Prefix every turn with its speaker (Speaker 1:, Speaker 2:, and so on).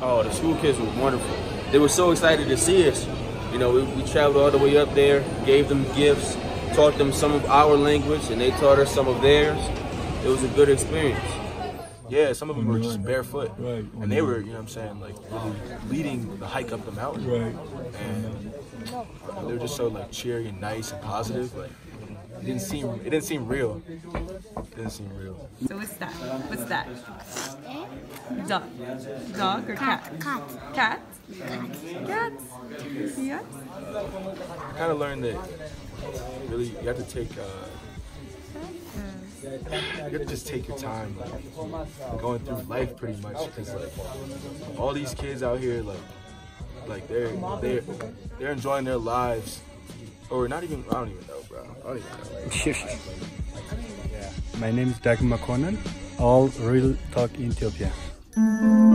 Speaker 1: Oh, the school kids were wonderful. They were so excited to see us. You know, we, we traveled all the way up there, gave them gifts, taught them some of our language, and they taught us some of theirs. It was a good experience. Yeah, some of them were just barefoot.
Speaker 2: Right.
Speaker 1: And they were, you know what I'm saying, like really leading the hike up the mountain.
Speaker 2: Right.
Speaker 1: And they were just so like cheery and nice and positive. Like it didn't seem it didn't seem real. It didn't seem real.
Speaker 3: So what's that? What's that? Dog. Dog or cat?
Speaker 4: Cat.
Speaker 3: Cat? Cat. Yes.
Speaker 1: I kind of learned that really you have to take uh, you have to just take your time like, going through life pretty much because like all these kids out here like like they're they're they're enjoying their lives or not even I don't even know bro I don't even know
Speaker 2: My name is Dagmar Conan, all real talk in Ethiopia.
Speaker 5: Thank you.